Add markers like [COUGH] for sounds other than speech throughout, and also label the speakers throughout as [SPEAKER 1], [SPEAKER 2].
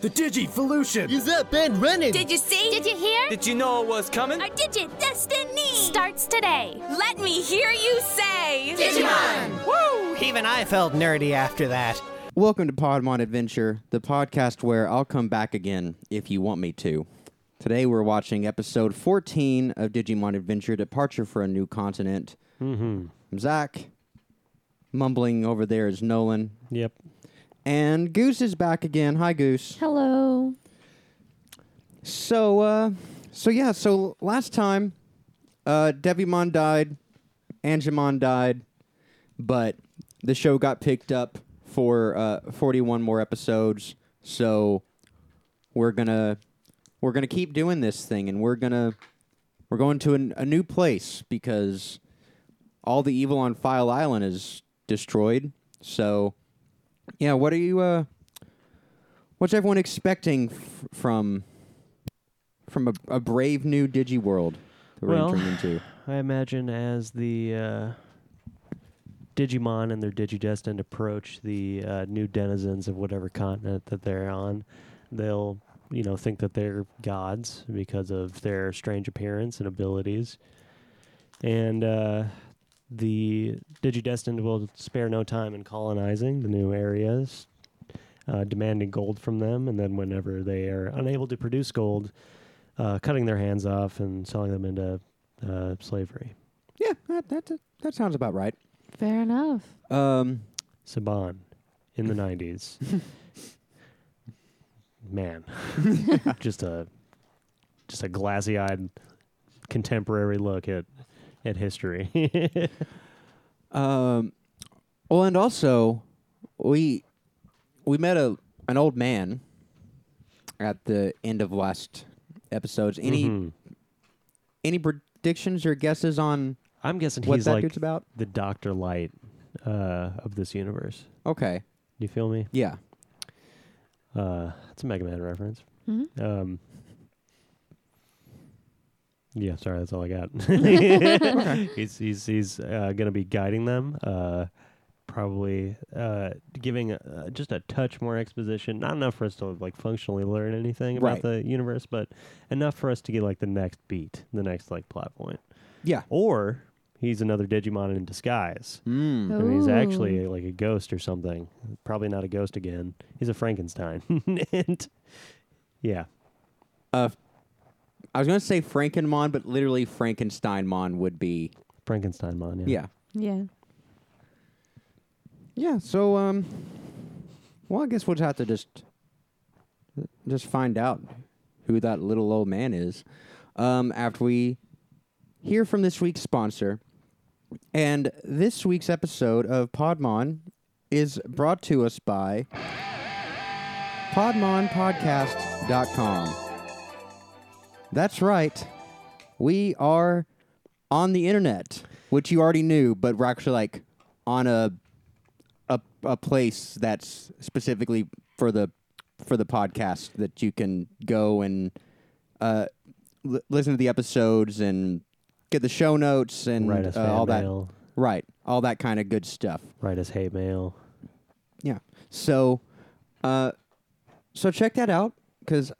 [SPEAKER 1] The Digivolution!
[SPEAKER 2] is up and running.
[SPEAKER 3] Did you see?
[SPEAKER 4] Did you hear?
[SPEAKER 5] Did you know it was coming?
[SPEAKER 3] Our Digit Destiny
[SPEAKER 4] Starts today.
[SPEAKER 3] Let me hear you say
[SPEAKER 4] Digimon!
[SPEAKER 6] Even I felt nerdy after that.
[SPEAKER 7] Welcome to Podmon Adventure, the podcast where I'll come back again if you want me to. Today we're watching episode 14 of Digimon Adventure Departure for a New Continent. Mm-hmm. Zach, mumbling over there is Nolan.
[SPEAKER 8] Yep.
[SPEAKER 7] And Goose is back again. Hi, Goose.
[SPEAKER 4] Hello.
[SPEAKER 7] So, uh, so yeah, so last time, uh, Devimon died, Angemon died, but the show got picked up for uh, 41 more episodes. So we're gonna we're gonna keep doing this thing, and we're gonna we're going to an, a new place because all the evil on File Island is destroyed. So, yeah, what are you? Uh, what's everyone expecting f- from from a, a brave new digi world that we're
[SPEAKER 8] Well,
[SPEAKER 7] entering into.
[SPEAKER 8] I imagine as the uh, Digimon and their Digidestined approach the uh, new denizens of whatever continent that they're on, they'll you know think that they're gods because of their strange appearance and abilities, and uh, the Digidestined will spare no time in colonizing the new areas. Uh, demanding gold from them, and then whenever they are unable to produce gold, uh, cutting their hands off and selling them into uh, slavery.
[SPEAKER 7] Yeah, that that, that sounds about right.
[SPEAKER 4] Fair enough.
[SPEAKER 7] Um,
[SPEAKER 8] Saban in
[SPEAKER 7] [LAUGHS]
[SPEAKER 8] the 90s.
[SPEAKER 7] [LAUGHS]
[SPEAKER 8] Man, just a just a glassy-eyed contemporary look at at history.
[SPEAKER 7] um, well, and also we we met a an old man at the end of last episodes.
[SPEAKER 8] [LAUGHS]
[SPEAKER 7] Any
[SPEAKER 8] Mhm.
[SPEAKER 7] any predictions or guesses on?
[SPEAKER 8] I'm guessing
[SPEAKER 7] What
[SPEAKER 8] he's
[SPEAKER 7] that
[SPEAKER 8] like
[SPEAKER 7] dude's about?
[SPEAKER 8] the Doctor Light uh, of this universe.
[SPEAKER 7] Okay,
[SPEAKER 8] You feel me?
[SPEAKER 7] yeah,
[SPEAKER 8] Uh, it's a Mega Man reference.
[SPEAKER 4] Mhm.
[SPEAKER 8] Um, yeah, sorry, that's all I got. [LAUGHS] He's he's he's uh, gonna be guiding them, uh, probably uh, giving uh, just a touch more exposition. Not enough for us to like functionally learn anything
[SPEAKER 7] Right.
[SPEAKER 8] about the universe, but enough for us to get like the next beat, the next like plot point.
[SPEAKER 7] yeah.
[SPEAKER 8] Or he's another Digimon in disguise.
[SPEAKER 7] Mm.
[SPEAKER 8] And he's
[SPEAKER 4] Ooh.
[SPEAKER 8] actually like a ghost or something. Probably not a ghost again. He's a Frankenstein. [LAUGHS] and yeah,
[SPEAKER 7] I was gonna say Frankenmon, but literally Frankensteinmon would be
[SPEAKER 8] Frankenstein mon. Yeah.
[SPEAKER 7] yeah.
[SPEAKER 4] Yeah.
[SPEAKER 7] Yeah. So, um, well, I guess we'll have to just just find out who that little old man is um, after we hear from this week's sponsor. And this week's episode of Podmon is brought to us by PodmonPodcast.com. That's right. We are on the internet, which you already knew, but we're actually like on a a, a place that's specifically for the for the podcast that you can go and uh, l- listen to the episodes and get the show notes and
[SPEAKER 8] Write us
[SPEAKER 7] uh,
[SPEAKER 8] fan
[SPEAKER 7] all
[SPEAKER 8] mail.
[SPEAKER 7] that right all that kind of good stuff.
[SPEAKER 8] Write us hate mail.
[SPEAKER 7] Yeah. So, uh, so check that out because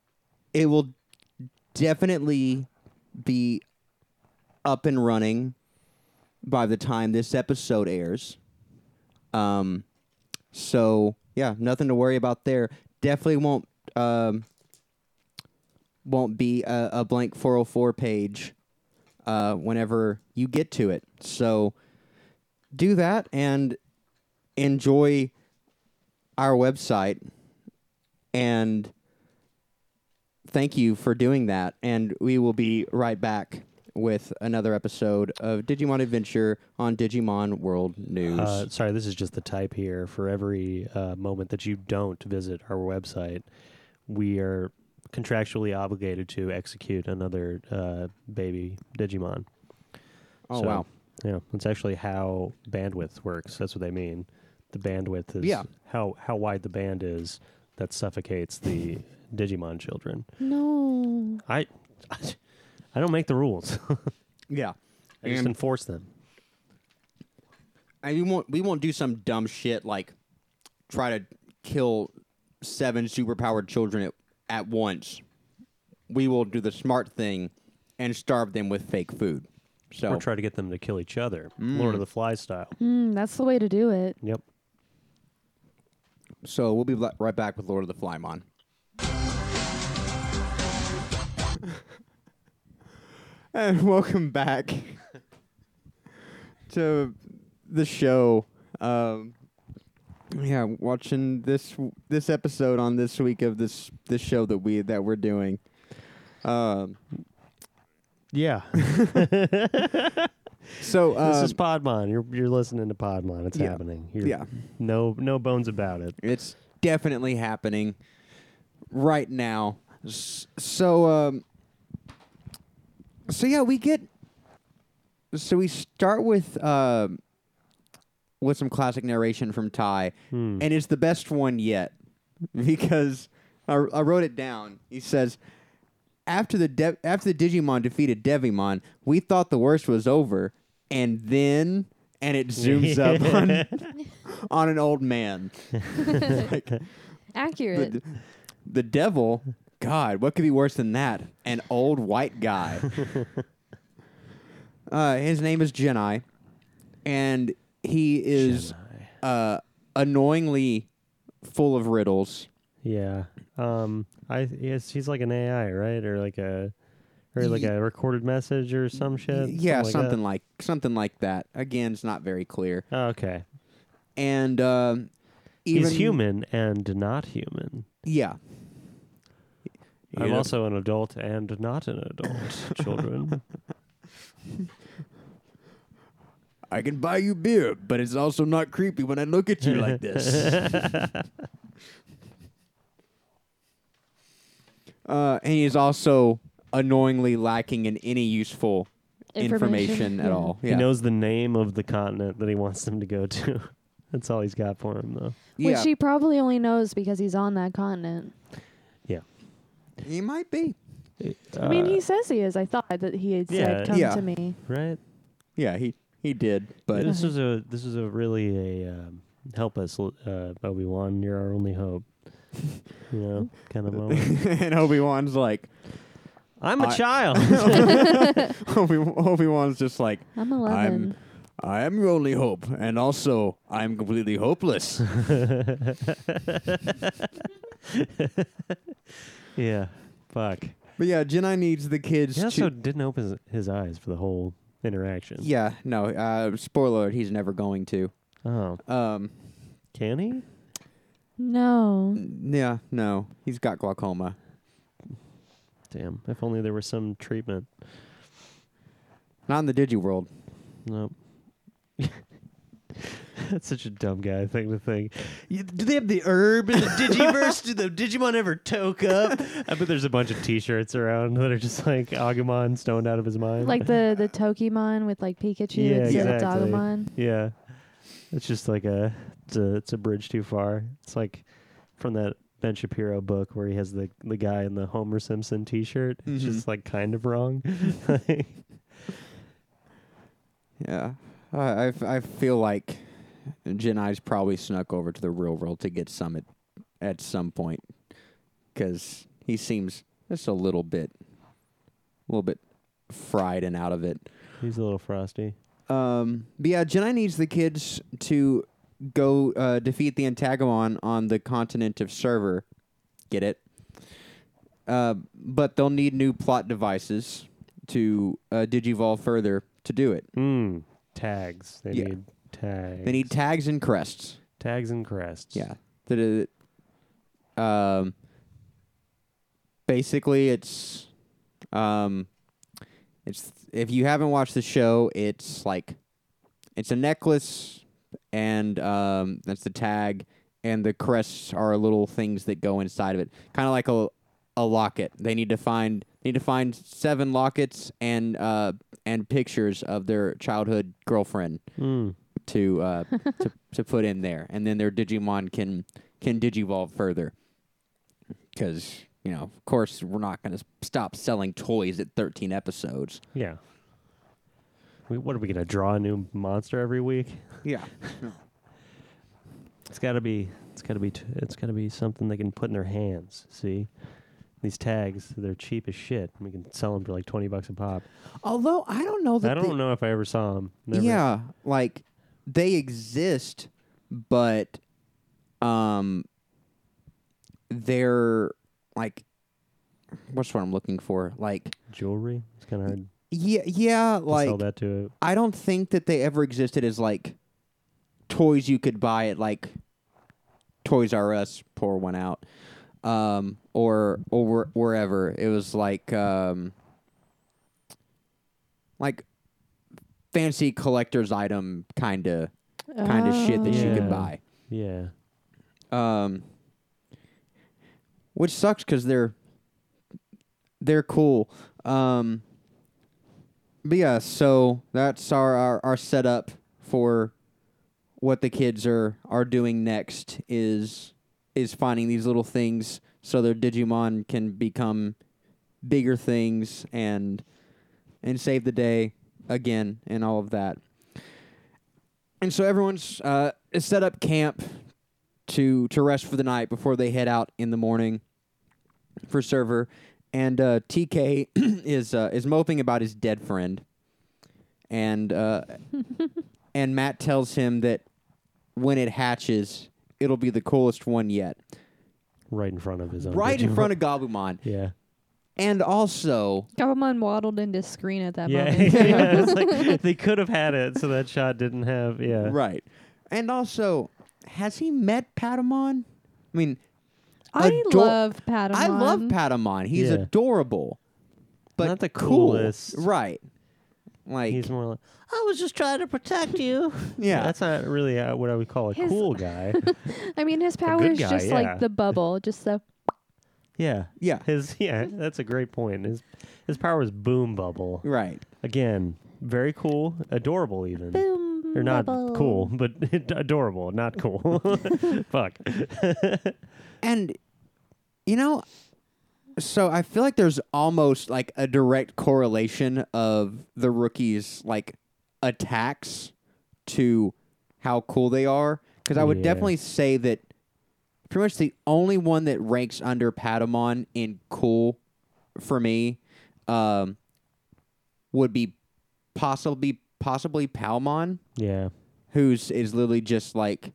[SPEAKER 7] it will definitely be up and running by the time this episode airs. Um, so yeah, nothing to worry about there. Definitely won't um won't be a, a blank 404 page uh whenever you get to it. So do that and enjoy our website and thank you for doing that and we will be right back with another episode of Digimon Adventure on Digimon World News.
[SPEAKER 8] Uh, sorry, this is just the type here. For every uh, moment that you don't visit our website, we are contractually obligated to execute another uh, baby Digimon. So,
[SPEAKER 7] oh wow.
[SPEAKER 8] Yeah, that's actually how bandwidth works. That's what they mean. The bandwidth is
[SPEAKER 7] Yeah.
[SPEAKER 8] how how wide the band is that suffocates the Digimon children.
[SPEAKER 4] No.
[SPEAKER 8] I [LAUGHS] I don't make the rules. [LAUGHS]
[SPEAKER 7] Yeah.
[SPEAKER 8] I just
[SPEAKER 7] And-
[SPEAKER 8] enforce them.
[SPEAKER 7] I mean, we won't we won't do some dumb shit like try to kill seven superpowered children at, at once. We will do the smart thing and starve them with fake food. So
[SPEAKER 8] Or try to get them to kill each other, Lord of the Flies style.
[SPEAKER 4] Mm, that's the way to do it.
[SPEAKER 8] Yep.
[SPEAKER 7] so we'll be li- right back with Lord of the Flymon. [LAUGHS] and welcome back to the show. Um, yeah, watching this this episode on this week of this this show that we that we're doing. Um,
[SPEAKER 8] Yeah.
[SPEAKER 7] so um,
[SPEAKER 8] this is Podmon. You're you're listening to Podmon. It's
[SPEAKER 7] Yeah.
[SPEAKER 8] happening. You're,
[SPEAKER 7] Yeah.
[SPEAKER 8] No no bones about it.
[SPEAKER 7] It's definitely happening right now. S- So, um, so yeah, we get. So we start with um with some classic narration from Ty, and it's the best one yet [LAUGHS] because I, I wrote it down. He says. After the De- after the Digimon defeated Devimon, we thought the worst was over, and then and it zooms up on on an old man. Like,
[SPEAKER 8] uh,
[SPEAKER 4] Accurate.
[SPEAKER 7] the, the devil, God, what could be worse than that? An old white
[SPEAKER 8] [LAUGHS]
[SPEAKER 7] guy. uh, his name is Jedi, and he is uh, annoyingly full of riddles.
[SPEAKER 8] Yeah. Um. I yes. He's like an AI, right? Or like a, or like
[SPEAKER 7] Ye-
[SPEAKER 8] a recorded message or some shit.
[SPEAKER 7] yeah,
[SPEAKER 8] like that?
[SPEAKER 7] something like something like that. Again, it's not very clear.
[SPEAKER 8] Oh, okay.
[SPEAKER 7] And um even
[SPEAKER 8] he's human and not human.
[SPEAKER 7] Yeah,
[SPEAKER 8] I'm
[SPEAKER 7] Yeah.
[SPEAKER 8] also an adult and not an
[SPEAKER 7] [LAUGHS]
[SPEAKER 8] adult. children.
[SPEAKER 7] I can buy you beer, but it's also not creepy when I look at you
[SPEAKER 4] [LAUGHS]
[SPEAKER 7] like this. uh, and he's also annoyingly lacking in any useful information,
[SPEAKER 4] Information,
[SPEAKER 7] at
[SPEAKER 4] yeah.
[SPEAKER 7] all.
[SPEAKER 8] He
[SPEAKER 7] Yeah.
[SPEAKER 8] knows the name of the continent that he wants them to go to. [LAUGHS] That's all he's got for him, though.
[SPEAKER 7] yeah.
[SPEAKER 4] Which he probably only knows because he's on that continent.
[SPEAKER 8] Yeah.
[SPEAKER 7] he might be.
[SPEAKER 4] I
[SPEAKER 8] Uh,
[SPEAKER 4] mean, he says he is. I thought that he had
[SPEAKER 8] yeah.
[SPEAKER 4] said, "Come
[SPEAKER 7] Yeah.
[SPEAKER 4] to me."
[SPEAKER 8] right.
[SPEAKER 7] Yeah, he he did, but [LAUGHS]
[SPEAKER 8] this was a this was a really a um, help us l- uh, Obi Wan. You're our only
[SPEAKER 7] [LAUGHS]
[SPEAKER 8] hope. You know, kind of moment.
[SPEAKER 7] and Obi Wan's
[SPEAKER 4] [LAUGHS]
[SPEAKER 7] like [LAUGHS]
[SPEAKER 8] I'm a
[SPEAKER 7] I-
[SPEAKER 8] child.
[SPEAKER 7] Obi Obi Wan's just like
[SPEAKER 4] I'm
[SPEAKER 7] I'm
[SPEAKER 4] 11.
[SPEAKER 7] I am your only hope, and also I'm completely
[SPEAKER 8] [LAUGHS]
[SPEAKER 7] hopeless.
[SPEAKER 8] [LAUGHS] yeah. Fuck.
[SPEAKER 7] but yeah, Jedi needs the kids.
[SPEAKER 8] He also
[SPEAKER 7] to-
[SPEAKER 8] didn't open his, his eyes for the whole interaction.
[SPEAKER 7] yeah, no. Uh, spoiler: alert, He's never going to.
[SPEAKER 8] Oh,
[SPEAKER 7] Um,
[SPEAKER 8] can he? [LAUGHS]
[SPEAKER 4] no.
[SPEAKER 7] yeah, no. He's got glaucoma.
[SPEAKER 8] Damn. If only there was some treatment.
[SPEAKER 7] Not in the digi world.
[SPEAKER 8] Nope. [LAUGHS] That's such a dumb guy thing to think. You- Do they have the herb in the Digiverse? Do the Digimon ever toke up? [LAUGHS] I bet there's a bunch of T-shirts around that are just like Agumon stoned out of his mind.
[SPEAKER 4] Like the the Tokimon with like Pikachu
[SPEAKER 8] Yeah,
[SPEAKER 4] instead
[SPEAKER 8] exactly.
[SPEAKER 4] of Dogomon.
[SPEAKER 8] yeah, it's just like a it's a it's a bridge too far. It's like from that Ben Shapiro book where he has the the guy in the Homer Simpson T-shirt. It's
[SPEAKER 7] Mm-hmm.
[SPEAKER 8] just like kind of
[SPEAKER 7] [LAUGHS]
[SPEAKER 8] wrong.
[SPEAKER 7] Yeah. I, I f- I feel like Jedi's probably snuck over to the real world to get some at, at some point because he seems just a little bit, a little bit fried and out of it.
[SPEAKER 8] He's a little frosty.
[SPEAKER 7] Um, but yeah, Jedi needs the kids to go uh, defeat the Antagon on the continent of Server. Get it? Uh, but they'll need new plot devices to uh, digivolve further to do it.
[SPEAKER 8] Mm. Tags. They
[SPEAKER 7] Hmm. Yeah.
[SPEAKER 8] need tags.
[SPEAKER 7] They need tags and crests.
[SPEAKER 8] tags and crests.
[SPEAKER 7] Yeah. That it- um, basically, it's um, it's if you haven't watched the show, it's like it's a necklace, and um, that's the tag, and the crests are little things that go inside of it, kind of like a a locket. They need to find need to find seven lockets and uh and pictures of their childhood girlfriend
[SPEAKER 8] Mm.
[SPEAKER 7] to uh, to, to put in there, and then their Digimon can can digivolve further. Because you know, of course, we're not going to stop selling toys at 13 episodes.
[SPEAKER 8] Yeah. We, what are we gonna draw a new monster every week?
[SPEAKER 7] Yeah,
[SPEAKER 8] It's got to be It's gotta be. T- it's gotta be something they can put in their hands. See, these tags, they're cheap as shit. We can sell them for like twenty bucks a pop.
[SPEAKER 7] Although I don't know that
[SPEAKER 8] I
[SPEAKER 7] they-
[SPEAKER 8] don't know if I ever saw them.
[SPEAKER 7] Yeah, like they exist, but um, they're like, what's what I'm looking for? Like,
[SPEAKER 8] jewelry. It's kind of hard
[SPEAKER 7] yeah, yeah,
[SPEAKER 8] to sell
[SPEAKER 7] like
[SPEAKER 8] that to
[SPEAKER 7] I don't think that they ever existed as like toys you could buy at like Toys R Us. Pour one out, um, or or where- wherever. It was like um, like fancy collector's item kind of kind of shit that you
[SPEAKER 8] Oh.
[SPEAKER 7] could
[SPEAKER 8] Yeah.
[SPEAKER 7] buy.
[SPEAKER 8] yeah.
[SPEAKER 7] Um, which sucks because they're they're cool. Um, but yeah, so that's our, our our setup for what the kids are are doing next is is finding these little things so their Digimon can become bigger things and and save the day again and all of that. And so everyone's uh, set up camp to to rest for the night before they head out in the morning for server. And uh, TK [CLEARS THROAT] is uh, is moping about his dead friend, and uh, and Matt tells him that when it hatches, it'll be the coolest one yet,
[SPEAKER 8] Right in front of his own. [LAUGHS]
[SPEAKER 7] right in
[SPEAKER 8] Digimon.
[SPEAKER 7] front of Gobumon.
[SPEAKER 8] Yeah.
[SPEAKER 7] And also,
[SPEAKER 4] Gabamon waddled into screen at that
[SPEAKER 8] Yeah. [LAUGHS]
[SPEAKER 4] moment.
[SPEAKER 8] yeah, it's like they could have had it, so that shot didn't have. Yeah.
[SPEAKER 7] right, and also, has he met Patamon? I mean,
[SPEAKER 4] [LAUGHS] I
[SPEAKER 7] Ador-
[SPEAKER 4] love Patamon.
[SPEAKER 7] I love Patamon. He's
[SPEAKER 8] Yeah.
[SPEAKER 7] adorable, but
[SPEAKER 8] Not the
[SPEAKER 7] cool.
[SPEAKER 8] coolest.
[SPEAKER 7] right? Like,
[SPEAKER 8] He's more like, I was just trying to protect you.
[SPEAKER 7] yeah,
[SPEAKER 8] That's not really uh, what I would call a
[SPEAKER 4] His-
[SPEAKER 8] cool
[SPEAKER 4] [LAUGHS]
[SPEAKER 8] guy.
[SPEAKER 4] I mean, his power
[SPEAKER 8] good
[SPEAKER 4] is
[SPEAKER 8] guy,
[SPEAKER 4] just
[SPEAKER 8] yeah.
[SPEAKER 4] like the bubble, just the
[SPEAKER 8] yeah.
[SPEAKER 7] yeah,
[SPEAKER 8] His [LAUGHS] yeah, that's a great point. His his power is boom bubble.
[SPEAKER 7] right.
[SPEAKER 8] Again, very cool, adorable even.
[SPEAKER 4] boom.
[SPEAKER 8] Or not
[SPEAKER 4] bubble.
[SPEAKER 8] cool, but [LAUGHS] adorable, not cool. [LAUGHS] Fuck.
[SPEAKER 7] And you know, so I feel like there's almost like a direct correlation of the rookies like attacks to how cool they are because I would
[SPEAKER 8] Yeah.
[SPEAKER 7] definitely say that pretty much the only one that ranks under Patamon in cool for me um, would be possibly possibly Palmon
[SPEAKER 8] Yeah.
[SPEAKER 7] who's is literally just like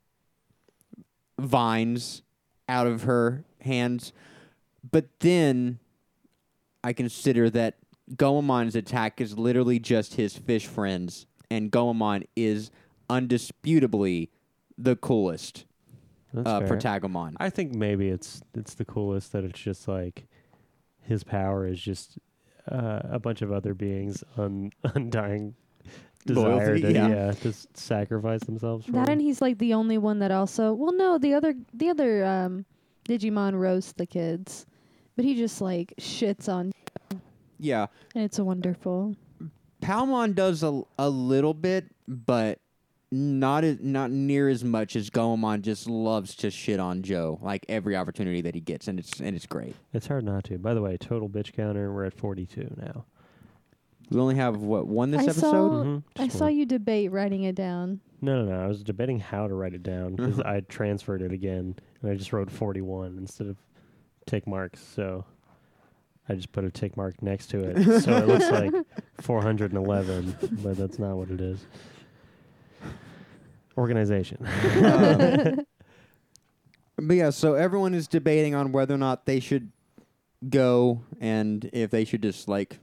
[SPEAKER 7] vines out of her hands. But then I consider that Goemon's attack is literally just his fish friends, and Goemon is undisputably the coolest
[SPEAKER 8] That's
[SPEAKER 7] uh,
[SPEAKER 8] fair.
[SPEAKER 7] for Tagamon.
[SPEAKER 8] I think maybe it's it's the coolest that it's just like his power is just uh, a bunch of other beings un- [LAUGHS] undying desire
[SPEAKER 7] Loyalty,
[SPEAKER 8] to
[SPEAKER 7] yeah.
[SPEAKER 8] yeah. to s- sacrifice themselves for
[SPEAKER 4] That
[SPEAKER 8] him.
[SPEAKER 4] and he's like the only one that also. Well, no, the other the other um, Digimon roasts the kids, but he just like shits on.
[SPEAKER 7] yeah,
[SPEAKER 4] And it's wonderful.
[SPEAKER 7] Palmon does a, a little bit, but not as, not near as much as Goemon just loves to shit on Joe like every opportunity that he gets, and it's and it's great.
[SPEAKER 8] It's hard not to. By the way, total bitch counter. We're at forty two now.
[SPEAKER 7] We only have what one this
[SPEAKER 4] I
[SPEAKER 7] episode?
[SPEAKER 4] saw.
[SPEAKER 8] Mhm,
[SPEAKER 4] Oh, I
[SPEAKER 8] just
[SPEAKER 4] saw
[SPEAKER 8] one.
[SPEAKER 4] you debate writing it down.
[SPEAKER 8] No, no, no. I was debating how to write it down because I transferred it again and I just wrote forty one instead of tick marks. So. I just put a tick mark next to it, so it looks like 411, but that's not what it is. Organization. [LAUGHS]
[SPEAKER 7] [LAUGHS] But yeah, so everyone is debating on whether or not they should go and if they should just like